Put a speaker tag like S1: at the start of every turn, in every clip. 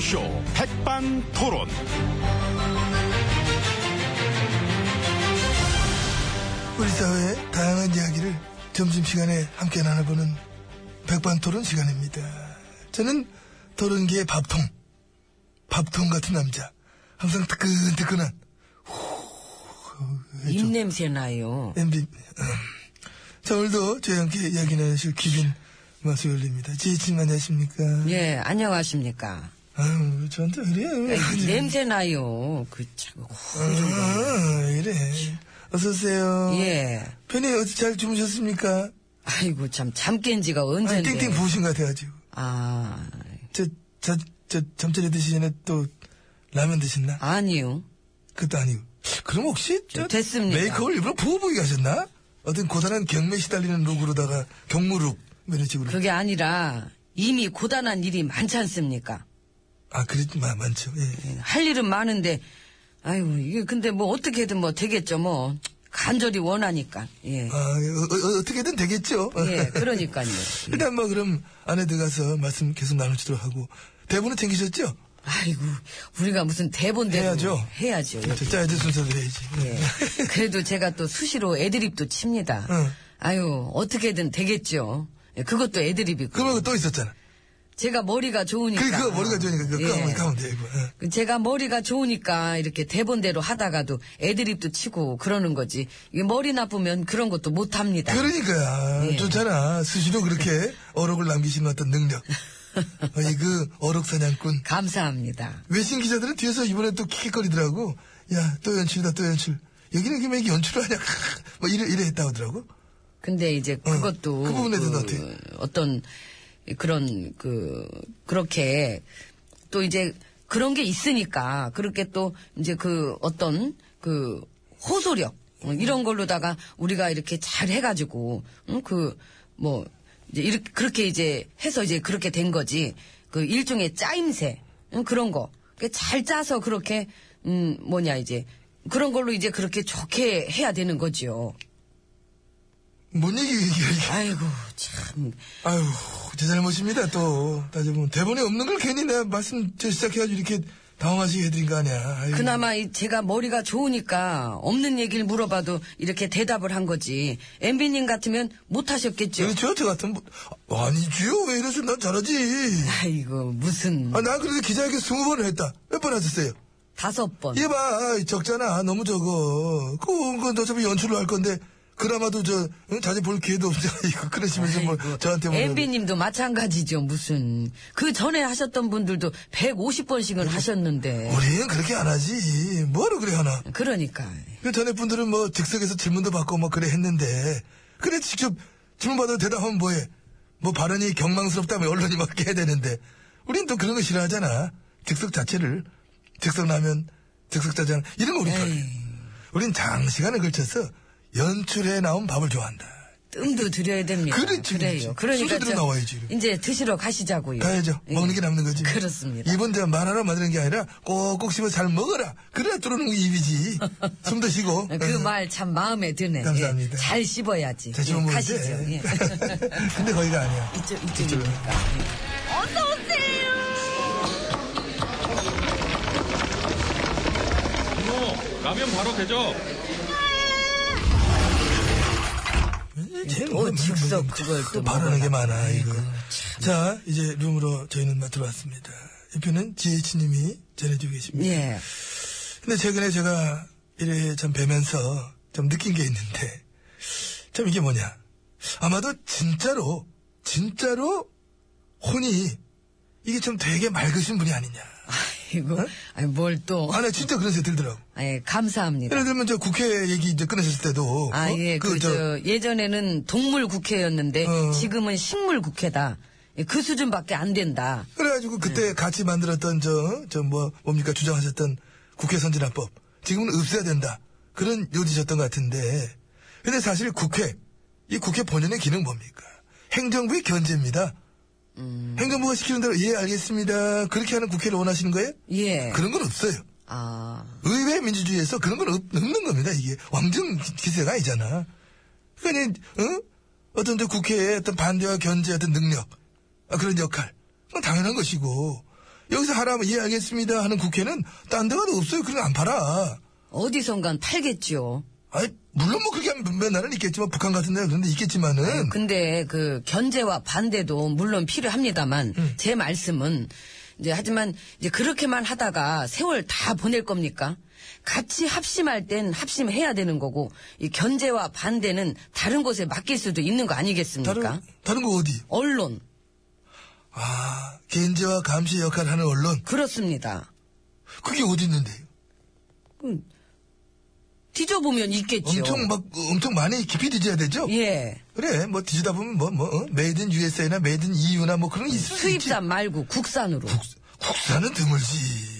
S1: 쇼 백반토론.
S2: 우리 사회의 다양한 이야기를 점심시간에 함께 나눠보는 백반토론 시간입니다. 저는 토론계의 밥통, 밥통 같은 남자. 항상 뜨끈뜨끈한
S3: 입냄새 나요.
S2: MB. 음. 자, 오늘도 저희와 함께 이야기 나누실 기빈 마수열입니다. 지혜진 안녕하십니까?
S3: 예, 안녕하십니까.
S2: 아유, 저한테 그래요. 아니, 예. 어.
S3: 냄새 나요. 그, 참,
S2: 아, 이래. 어서오세요.
S3: 예.
S2: 편히 어제 잘 주무셨습니까?
S3: 아이고, 참, 잠 깬 지가
S2: 아니,
S3: 언젠데.
S2: 땡땡 부으신 것 같아가지고.
S3: 아,
S2: 저, 저, 저, 잠자리 드시기 전에 또, 라면 드셨나?
S3: 아니요.
S2: 그것도 아니고. 그럼 혹시, 저,
S3: 됐습니다.
S2: 메이크업을 일부러 부어 보이게 하셨나? 어떤 고단한 경매 시달리는 룩으로다가, 경무룩, 뭐 이런 식으로.
S3: 그게 아니라, 이미 고단한 일이 많지 않습니까?
S2: 아, 그래, 마, 많죠. 예.
S3: 할 일은 많은데, 아이고, 이게 근데 뭐 어떻게든 뭐 되겠죠, 뭐. 간절히 원하니까.
S2: 아,
S3: 예.
S2: 어, 떻게든 되겠죠.
S3: 예, 그러니까요.
S2: 일단 뭐, 그럼, 안에 들어가서 말씀 계속 나누시도록 하고, 대본은 챙기셨죠?
S3: 아이고, 우리가 무슨 대본대로.
S2: 해야죠.
S3: 해야죠.
S2: 저 짜야지 순서대로 해야지.
S3: 예. 그래도 제가 또 수시로 애드립도 칩니다.
S2: 응.
S3: 아유, 어떻게든 되겠죠. 예, 그것도 애드립이고.
S2: 그거 말고 또 있었잖아.
S3: 제가 머리가 좋으니까.
S2: 그, 그거 머리가 좋으니까, 그거 까면, 까면 돼, 이거. 예.
S3: 그 제가 머리가 좋으니까 이렇게 대본대로 하다가도 애드립도 치고 그러는 거지. 이게 머리 나쁘면 그런 것도 못 합니다.
S2: 그러니까
S3: 예.
S2: 좋잖아 수시로 그렇게 어록을 남기신 어떤 능력 아니 그 어록 사냥꾼
S3: 감사합니다.
S2: 외신 기자들은 뒤에서 이번에 또 킥킥거리더라고 야 또 연출이다 또 연출 여기는 이게 왜 이렇게 연출을 하냐 뭐 이래 이래 했다 하더라고
S3: 근데 이제
S2: 응.
S3: 그것도
S2: 그 부분에 대해서는 어때요?
S3: 떤 그런 그 그렇게 또 이제 그런 게 있으니까 그렇게 또 이제 그 어떤 그 호소력 어, 이런 걸로다가 우리가 이렇게 잘 해가지고 그 뭐 이제 이렇게 그렇게 이제 해서 이제 그렇게 된 거지 그 일종의 짜임새 응, 그런 거잘 짜서 그렇게 음 뭐냐 이제 그런 걸로 이제 그렇게 좋게 해야 되는 거지요.
S2: 뭔 얘기 이게
S3: 아이고 참
S2: 아유 제 잘못입니다 또 따져보면 대본에 없는 걸 괜히 내가 말씀 저 시작해가지고 이렇게 당황하시게 해드린 거 아니야 아유.
S3: 그나마 이 제가 머리가 좋으니까 없는 얘기를 물어봐도 이렇게 대답을 한 거지 엠비님 같으면 못 하셨겠죠
S2: 그렇죠 저 같은 분. 아니지요 왜 이러세요 난 잘하지
S3: 아이고 무슨
S2: 아난 그래도 기자에게 스무 번을 했다 몇 번 하셨어요
S3: 다섯 번
S2: 얘 봐, 적잖아. 너무 적어. 그건 그건 어차피 연출로 할 건데, 그나마도 저, 응? 자주 볼 기회도 없잖아. 이거 그러시면서 뭘 저한테 뭐.
S3: 엠비님도 마찬가지죠 무슨 그 전에 하셨던 분들도
S2: 어.
S3: 150번씩은 하셨는데
S2: 우리는 그렇게 안 하지. 뭐하러 그래 하나.
S3: 그러니까
S2: 그 전에 분들은 뭐 즉석에서 질문도 받고 뭐 그래 했는데, 그래 직접 질문 받아도 대답하면 뭐해. 뭐 발언이 경망스럽다면 언론이 막 깨야 되는데, 우린 또 그런 거 싫어하잖아. 즉석 자체를. 즉석 라면, 즉석 짜장, 이런 거 우리 편해. 우린 장시간에 걸쳐서 연출해 나온 밥을 좋아한다.
S3: 뜸도 들여야 됩니다
S2: 그렇죠,
S3: 래
S2: 그렇죠.
S3: 요 그러니까
S2: 소리대로
S3: 저
S2: 나와야지, 이렇게.
S3: 이제 드시러 가시자고요
S2: 가야죠.
S3: 예.
S2: 먹는 게 남는 거지.
S3: 그렇습니다
S2: 이번 대화 말하라 만드는 게 아니라 꼭꼭 씹어 잘 먹어라. 그래야 뚫어놓은 게 입이지. 숨도 쉬고. 어,
S3: 그 말 참 마음에 드네.
S2: 감사합니다.
S3: 예, 잘 씹어야지.
S2: 자, 지금
S3: 예,
S2: 먹는데.
S3: 가시죠. 예.
S2: 근데 거기가 아니야.
S3: 이쪽, 이쪽이니까.
S1: 뭐 라면 바로 되죠?
S2: 예, 제일
S3: 또
S2: 먼저
S3: 어, 뭐 즉석
S2: 먼저
S3: 그걸 또
S2: 바라는 게
S3: 먹어라.
S2: 많아 이거.
S3: 아이고,
S2: 자 이제 룸으로 저희는 맡으러 왔습니다. 옆에는 지혜치님이 전해주고 계십니다.
S3: 예.
S2: 근데 최근에 제가 이래 참 뵈면서 좀 느낀 게 있는데 참 이게 뭐냐. 아마도 진짜로 진짜로 혼이 이게 좀 되게 맑으신 분이 아니냐.
S3: 이거,
S2: 어?
S3: 아니, 뭘 또.
S2: 아, 나 진짜 그런 생각 들더라고.
S3: 예, 감사합니다.
S2: 예를 들면 저 국회 얘기 이제 끊으셨을 때도
S3: 아,
S2: 어?
S3: 예, 그,
S2: 그
S3: 저,
S2: 저,
S3: 예전에는 동물 국회였는데,
S2: 어.
S3: 지금은 식물 국회다. 예, 그 수준밖에 안 된다.
S2: 그래가지고 그때 같이 만들었던 저, 저 뭐, 뭡니까 주장하셨던 국회 선진화법. 지금은 없애야 된다. 그런 요지셨던 것 같은데. 근데 사실 국회, 이 국회 본연의 기능 뭡니까? 행정부의 견제입니다. 행정부가 시키는 대로 예 알겠습니다. 그렇게 하는 국회를 원하시는 거예요?
S3: 예.
S2: 그런 건 없어요.
S3: 아,
S2: 의회 민주주의에서 그런 건 없, 는 겁니다. 이게 왕정 기세가 아니잖아. 그러니 어? 어떤 저 국회의 어떤 반대와 견제 어떤 능력 아, 그런 역할 그건 당연한 것이고 여기서 하라면 예 알겠습니다 하는 국회는 딴 데가 없어요. 그런 거안 팔아.
S3: 어디선간 팔겠지요.
S2: 아니 물론 뭐 그렇게 하면 맨날은 있겠지만 북한 같은 데 그런데 있겠지만은
S3: 근데 그 견제와 반대도 물론 필요합니다만
S2: 음.
S3: 제 말씀은 이제 하지만 이제 그렇게만 하다가 세월 다 보낼 겁니까? 같이 합심할 땐 합심해야 되는 거고 이 견제와 반대는 다른 곳에 맡길 수도 있는 거 아니겠습니까?
S2: 다른 다른 거 어디?
S3: 언론
S2: 아 견제와 감시 역할을 하는 언론
S3: 그렇습니다.
S2: 그게 어디 있는데요?
S3: 뒤져보면 있겠죠.
S2: 엄청 막 어, 엄청 많이 깊이 뒤져야 되죠?
S3: 예.
S2: 그래 뭐 뒤지다 보면 뭐뭐 메이드 인 USA나 메이드 인 EU나 뭐 그런 게 있을 수 있지.
S3: 수입산 말고 국산으로.
S2: 국산은 드물지.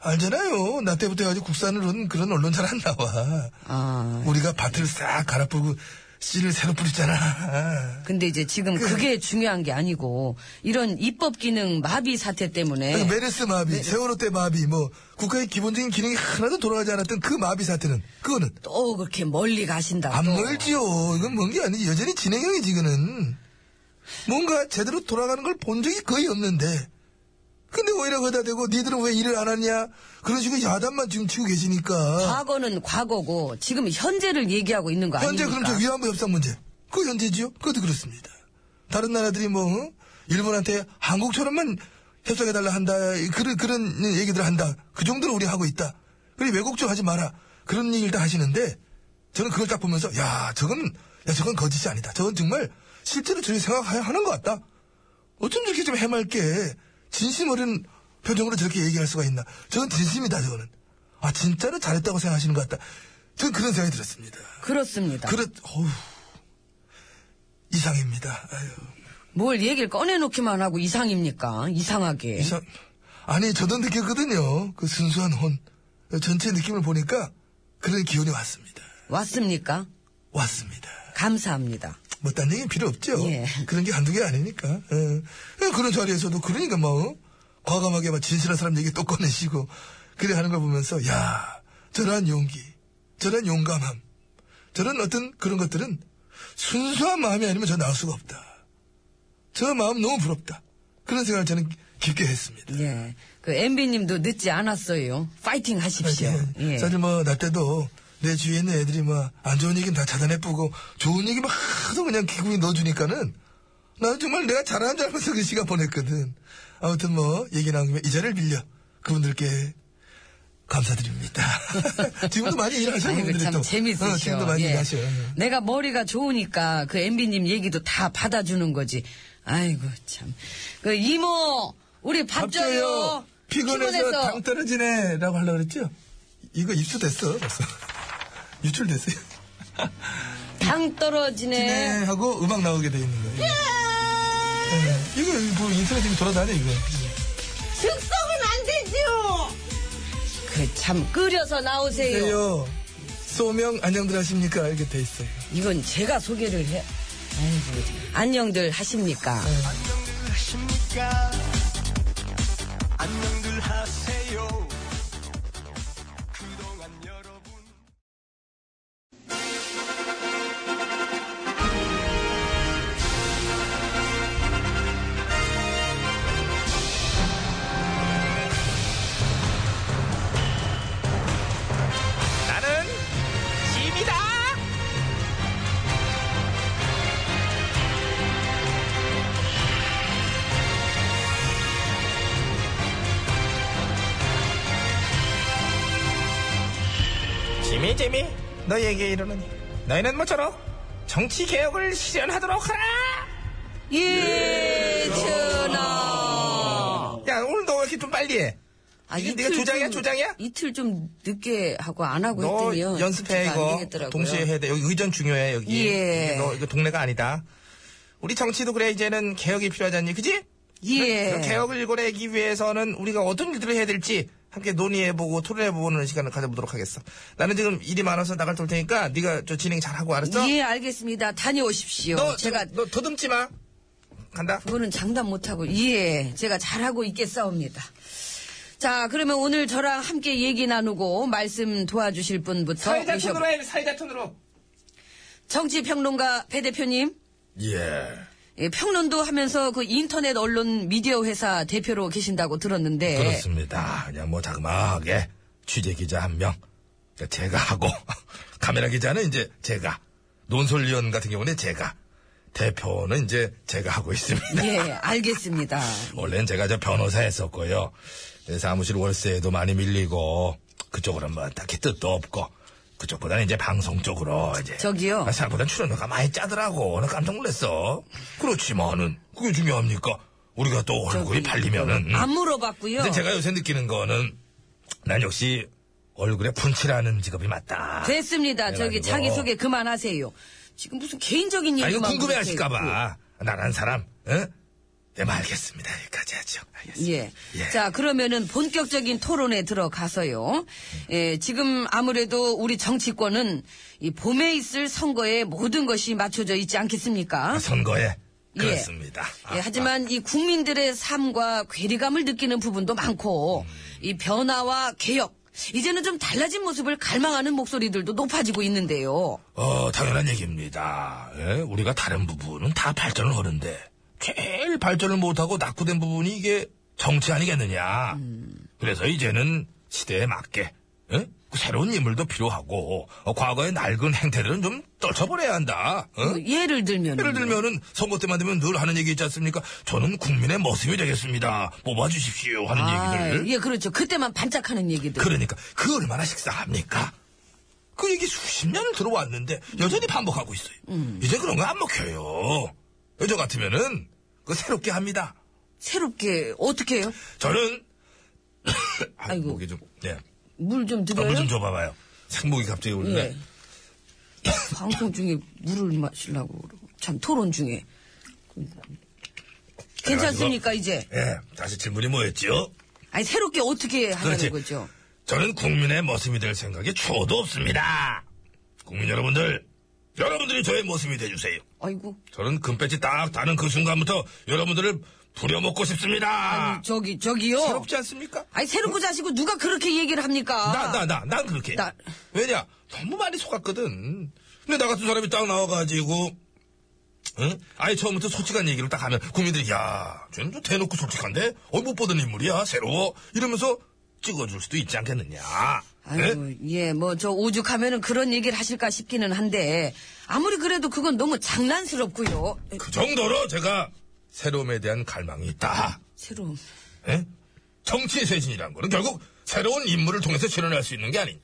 S2: 알잖아요. 나 때부터 해가지고 국산으로는 그런 언론 잘 안 나와.
S3: 아.
S2: 우리가 밭을 싹 갈아뿌고 씨를 새로 뿌리잖아.
S3: 근데 이제 지금 그게 중요한 게 아니고 이런 입법 기능 마비 사태 때문에
S2: 그러니까 메르스 마비, 세월호 때 마비, 뭐 국가의 기본적인 기능이 하나도 돌아가지 않았던 그 마비 사태는 그거는
S3: 또 그렇게 멀리 가신다.
S2: 안
S3: 또.
S2: 멀지요. 이건 뭔 게 아니지. 여전히 진행형이지, 그는. 뭔가 제대로 돌아가는 걸 본 적이 거의 없는데. 근데 오히려 거다 대고 니들은 왜 일을 안 하냐? 그런 식으로 야단만 지금 치고 계시니까.
S3: 과거는 과거고 지금 현재를 얘기하고 있는 거
S2: 현재
S3: 아닙니까?
S2: 그럼 저 위안부 협상 문제. 그거 현재지요? 그것도 그렇습니다. 다른 나라들이 뭐, 어? 일본한테 한국처럼만 협상해달라 한다. 그런, 그런 얘기들 한다. 그 정도로 우리 하고 있다. 그리고 외국 좀 하지 마라. 그런 얘기를 다 하시는데, 저는 그걸 딱 보면서, 야, 저건, 야, 저건 거짓이 아니다. 저건 정말 실제로 저희 생각하는 것 같다. 어쩜 저렇게 좀 해맑게, 진심 어린 표정으로 저렇게 얘기할 수가 있나. 저건 진심이다, 저거는. 아, 진짜로 잘했다고 생각하시는 것 같다. 저는 그런 생각이 들었습니다.
S3: 그렇습니다.
S2: 아, 그렇, 어휴. 이상입니다. 아유,
S3: 뭘 얘기를 꺼내놓기만 하고 이상입니까? 이상하게.
S2: 이상. 아니, 저도 느꼈거든요. 그 순수한 혼. 전체 느낌을 보니까 그런 기운이 왔습니다.
S3: 왔습니까?
S2: 왔습니다.
S3: 감사합니다.
S2: 뭐, 딴 얘기 필요 없죠.
S3: 예.
S2: 그런 게 한두 개 아니니까. 예. 예, 그런 자리에서도 그러니까 뭐, 과감하게 막 진실한 사람 얘기 또 꺼내시고, 그래 하는 걸 보면서, 야 저런 용기, 저런 용감함, 저런 어떤 그런 것들은 순수한 마음이 아니면 저 나올 수가 없다. 저 마음 너무 부럽다. 그런 생각을 저는 깊게 했습니다.
S3: 예. 그 MB님도 늦지 않았어요. 파이팅 하십시오.
S2: 예.
S3: 예.
S2: 사실 뭐, 나 때도 내 주위에 있는 애들이 막, 안 좋은 얘기는 다 차단해보고, 좋은 얘기 막 하도 그냥 기구에 넣어주니까는, 나는 정말 내가 잘하는 줄 알면서 그 시간 보냈거든. 아무튼 뭐, 얘기 나온 김에 이 자리를 빌려. 그분들께 감사드립니다. 지금도 많이 일하셔요,
S3: 아이고,
S2: 그분들이 또.
S3: 참 재밌으셔.
S2: 어, 지금도 많이
S3: 예.
S2: 일하셔요.
S3: 내가 머리가 좋으니까 그 MB님 얘기도 다 받아주는 거지. 아이고 참. 그 이모 우리 밥 줘요.
S2: 피곤해서 당 떨어지네. 라고 하려고 그랬죠? 이거 입수됐어. 벌써. 유출됐어요.
S3: 당 떨어지네.
S2: 네. 하고 음악 나오게 돼 있는 거예요. 네. 이거 뭐 인터넷 지금 돌아다녀 이거.
S4: 즉석은 안 되지요.
S3: 그 참 끓여서 나오세요.
S2: 그래요. 소명 안녕들 하십니까 이렇게 돼 있어요.
S3: 이건 제가 소개를 해. 아이고, 안녕들 하십니까?
S1: 나는 짐이다.
S5: 지미 지미 너희에게 이르노니 너희는 모쪼록 정치 개혁을 실현하도록 하라. 네.
S3: 예, 전하.
S5: 야 오늘도 왜 이렇게 좀 빨리해?
S3: 아,
S5: 이게
S3: 이틀
S5: 네가 조장이야
S3: 좀-
S5: 조장이야?
S3: 이틀 좀 늦게 하고 안 하고
S5: 너
S3: 했더니요.
S5: 연습해
S3: 조치가 안
S5: 이거
S3: 되겠더라고요.
S5: 동시에 해야 돼. 여기 의전 중요해 여기.
S3: 예.
S5: 이게 너 이거 동네가 아니다. 우리 정치도 그래 이제는 개혁이 필요하잖니, 그지?
S3: 예.
S5: 그 개혁을 일궈내기 위해서는 우리가 어떤 일들을 해야 될지 함께 논의해보고 토론해보는 시간을 가져보도록 하겠어. 나는 지금 일이 많아서 나갈 돌 테니까 네가 저 진행 잘하고 알았어?
S3: 예, 알겠습니다. 다녀오십시오.
S5: 너
S3: 제가
S5: 제가 너 더듬지 마. 간다.
S3: 그거는 장담 못하고 예, 제가 잘하고 있겠사옵니다. 자, 그러면 오늘 저랑 함께 얘기 나누고 말씀 도와주실 분부터
S5: 사회자
S3: 모셔-
S5: 톤으로 해. 사회자 톤으로.
S3: 정치평론가 배 대표님.
S2: 예.
S3: 예, 평론도 하면서 그 인터넷 언론 미디어 회사 대표로 계신다고 들었는데
S2: 그렇습니다. 그냥 뭐 자그마하게 취재 기자 한 명, 그러니까 제가 하고 카메라 기자는 이제 제가 논설위원 같은 경우는 제가 대표는 이제 제가 하고 있습니다.
S3: 예, 알겠습니다.
S2: 원래는 제가 저 변호사 했었고요. 네, 사무실 월세도 많이 밀리고 그쪽으로는 뭐 딱히 뜻도 없고 그쪽보다는 이제 방송 쪽으로 이제
S3: 저기요.
S2: 아, 생각보다 출연료가 많이 짜더라고. 나 깜짝 놀랐어. 그렇지 만은 그게 중요합니까? 우리가 또 얼굴이 팔리면은
S3: 안 물어봤고요.
S2: 근데 제가 요새 느끼는 거는 난 역시 얼굴에 분칠하는 직업이 맞다. 아,
S3: 됐습니다. 저기
S2: 그래가지고.
S3: 자기 소개 그만하세요. 지금 무슨 개인적인
S2: 네, 아 이거
S3: 얘기만 그렇게
S2: 궁금해하실까봐 나란 사람, 어? 네, 뭐 알겠습니다. 여기까지 하죠. 알겠습니다.
S3: 예. 자, 그러면은 본격적인 토론에 들어가서요. 예, 지금 아무래도 우리 정치권은 이 봄에 있을 선거에 모든 것이 맞춰져 있지 않겠습니까?
S2: 아, 선거에 그렇습니다. 아,
S3: 예, 하지만 이 국민들의 삶과 괴리감을 느끼는
S2: 음.
S3: 부분도 많고, 이 변화와 개혁, 이제는 좀 달라진 모습을 갈망하는 목소리들도 높아지고 있는데요.
S2: 어, 당연한 얘기입니다. 예? 우리가 다른 부분은 다 발전을 하는데, 제일 발전을 못하고 낙후된 부분이 이게 정치 아니겠느냐.
S3: 음.
S2: 그래서 이제는 시대에 맞게, 예? 그 새로운 인물도 필요하고, 어, 과거의 낡은 행태들은 좀 떨쳐버려야 한다. 어?
S3: 그 예를 들면.
S2: 예를 들면은 선거 때만 되면 늘 하는 얘기 있지 않습니까? 저는 국민의 모습이 되겠습니다. 뽑아주십시오. 하는 얘기들.
S3: 예, 그렇죠. 그때만 반짝하는 얘기들.
S2: 그러니까 그 얼마나 식상합니까? 그 얘기 수십 년을 들어왔는데 여전히 반복하고 있어요.
S3: 음.
S2: 이제 그런 거 안 먹혀요. 여저 같으면은 그 새롭게 합니다.
S3: 새롭게, 어떻게 해요?
S2: 저는 아,
S3: 아이고.
S2: 목이 좀 예.
S3: 물 좀 드려요?
S2: 아, 물 좀 줘봐봐요. 생목이 갑자기 오르네.
S3: 예. 네. 방송 중에 물을 마시려고 그러고. 참, 토론 중에. 괜찮습니까, 이제?
S2: 예. 다시 질문이 뭐였지요?
S3: 아니, 새롭게 어떻게 하는
S2: 그렇지.
S3: 거죠?
S2: 저는 국민의 모습이 될 생각이 추호도 없습니다. 국민 여러분들, 여러분들이 저의 모습이 돼주세요.
S3: 아이고.
S2: 저는 금배지 딱 다는 그 순간부터 여러분들을 부려먹고 싶습니다.
S3: 아니, 저기, 저기요.
S2: 부럽지 않습니까?
S3: 어. 아니, 새롭고 자시고 누가 그렇게 얘기를 합니까?
S2: 나, 나, 나, 난 그렇게.
S3: 나-
S2: 왜냐? 너무 많이 속았거든. 근데 나 같은 사람이 딱 나와가지고, 응? 아예 처음부터 솔직한 얘기를 딱 하면 국민들이, 야, 쟤는 좀 대놓고 솔직한데? 어, 못 보던 인물이야, 새로워. 이러면서 찍어줄 수도 있지 않겠느냐. 예?
S3: 아이고, 예, 뭐, 저 오죽하면은 그런 얘기를 하실까 싶기는 한데, 아무리 그래도 그건 너무 장난스럽고요. 에,
S2: 그 정도로 제가 새로움에 대한 갈망이 있다.
S3: 새로운.
S2: 예? 정치 쇄신이라는 거는 결국 새로운 인물을 통해서 실현할 수 있는 게 아니냐.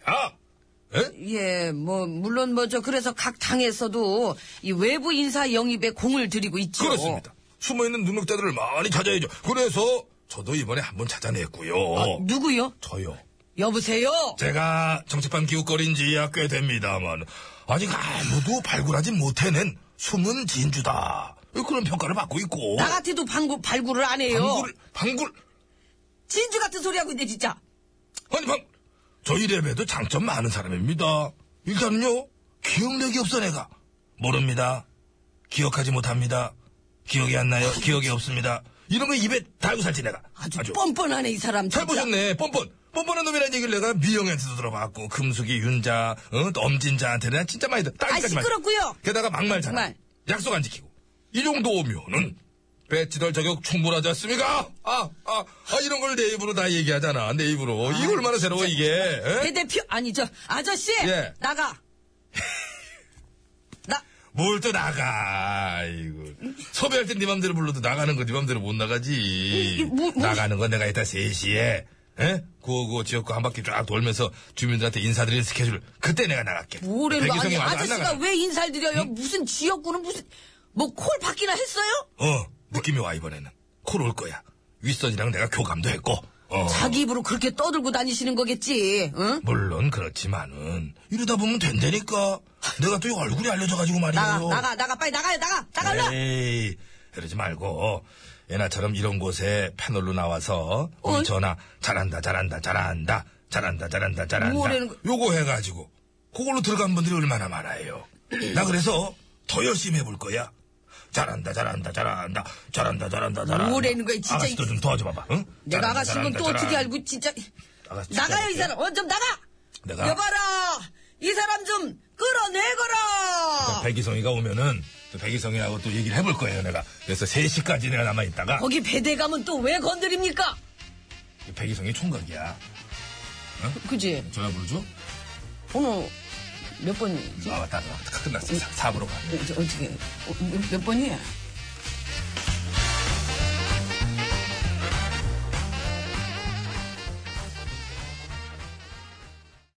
S2: 예?
S3: 예, 뭐, 물론 뭐, 저, 그래서 각 당에서도 이 외부 인사 영입에 공을 들이고 있죠.
S2: 그렇습니다. 숨어있는 능력자들을 많이 찾아야죠. 그래서 저도 이번에 한번 찾아냈고요.
S3: 누구요?
S2: 저요.
S3: 여보세요?
S2: 제가 정치판 기웃거린 지야 꽤 됩니다만 아직 아무도 발굴하지 못해낸 숨은 진주다. 그런 평가를 받고 있고.
S3: 나 같아도 방구, 발굴을 안 해요.
S2: 방굴, 방굴,
S3: 진주 같은 소리 하고 있네, 진짜.
S2: 아니 방, 저희 랩에도 장점 많은 사람입니다. 일단은요, 기억력이 없어 내가. 모릅니다. 기억하지 못합니다. 기억이 안 나요. 기억이 없습니다. 이런 거 입에 달고 살지 내가.
S3: 아주, 뻔뻔하네, 이 사람.
S2: 잘
S3: 진짜.
S2: 보셨네, 뻔뻔. 뻔뻔한 놈이라는 얘기를 내가 미영한테도 들어봤고, 금숙이, 윤자, 어, 엄진자한테는 내가 진짜 많이 들어.
S3: 아,
S2: 딸기까지 많이
S3: 시끄럽고요.
S2: 게다가 막말 잘.
S3: 정말.
S2: 약속 안 지키고. 이 정도 오면은, 배치덜 저격 충분하지 않습니까? 아, 아, 아, 이런 걸 내 입으로 다 얘기하잖아, 내 입으로. 이게 얼마나 새로워, 이게. 예? 에?
S3: 배 대표, 아니, 저, 아저씨!
S2: 예.
S3: 나가! 나,
S2: 뭘 또 나가, 이거. 섭외할 땐네 맘대로 불러도 나가는 거네 맘대로 못 나가지.
S3: 뭐, 뭐.
S2: 나가는 건 내가 이따 3시에, 에? 구호구호 지역구 한 바퀴 쫙 돌면서 주민들한테 인사드리는 스케줄, 그때 내가 나갈게.
S3: 뭐래로, 아니,
S2: 백이성이 와도 안 음?
S3: 아저씨가
S2: 나가나?
S3: 왜 인사를 드려요? 무슨 지역구는 무슨, 뭐, 콜 받기나 했어요?
S2: 어, 느낌이 와, 이번에는. 콜 올 거야. 윗선이랑 내가 교감도 했고, 어.
S3: 자기 입으로 그렇게 떠들고 다니시는 거겠지, 응?
S2: 물론 그렇지만은, 이러다 보면 된다니까. 내가 또 이 얼굴이 알려져가지고 말이에요.
S3: 나가, 나가, 나가, 빨리 나가요, 나가! 나갈라!
S2: 에이, 그러지 말고 예나처럼 이런 곳에 패널로 나와서
S3: 어?
S2: 우리 전화 잘한다 잘한다 잘한다 잘한다 잘한다 잘한다
S3: 뭐라는 거-
S2: 요거 해가지고 그걸로 들어간 분들이 얼마나 많아요. 나 그래서 더 열심히 해볼 거야. 잘한다 잘한다 잘한다 잘한다 잘한다 잘한다.
S3: 뭐라는 거야, 진짜
S2: 아가씨도
S3: 이-
S2: 좀 도와줘 봐봐. 응?
S3: 내가
S2: 잘한다,
S3: 아가씨는
S2: 잘한다,
S3: 또 어떻게
S2: 잘한다.
S3: 알고, 진짜.
S2: 아가씨 진짜
S3: 나가요, 이
S2: 어때?
S3: 사람! 어, 좀 나가!
S2: 내가
S3: 여봐라! 이 사람 좀 끌어내거라!
S2: 백이성이가 오면은 또 백이성이라고 또 얘기를 해볼 거예요, 내가. 그래서 3시까지 내가 남아있다가
S3: 거기 배대 가면 또 왜 건드립니까?
S2: 백이성이 총각이야.
S3: 그지?
S2: 전화 부르죠?
S3: 번호 몇 번이지?
S2: 아, 맞다. 맞다. 끝났어. 4부로 가.
S3: 어, 저, 어떻게 어, 몇 번이야?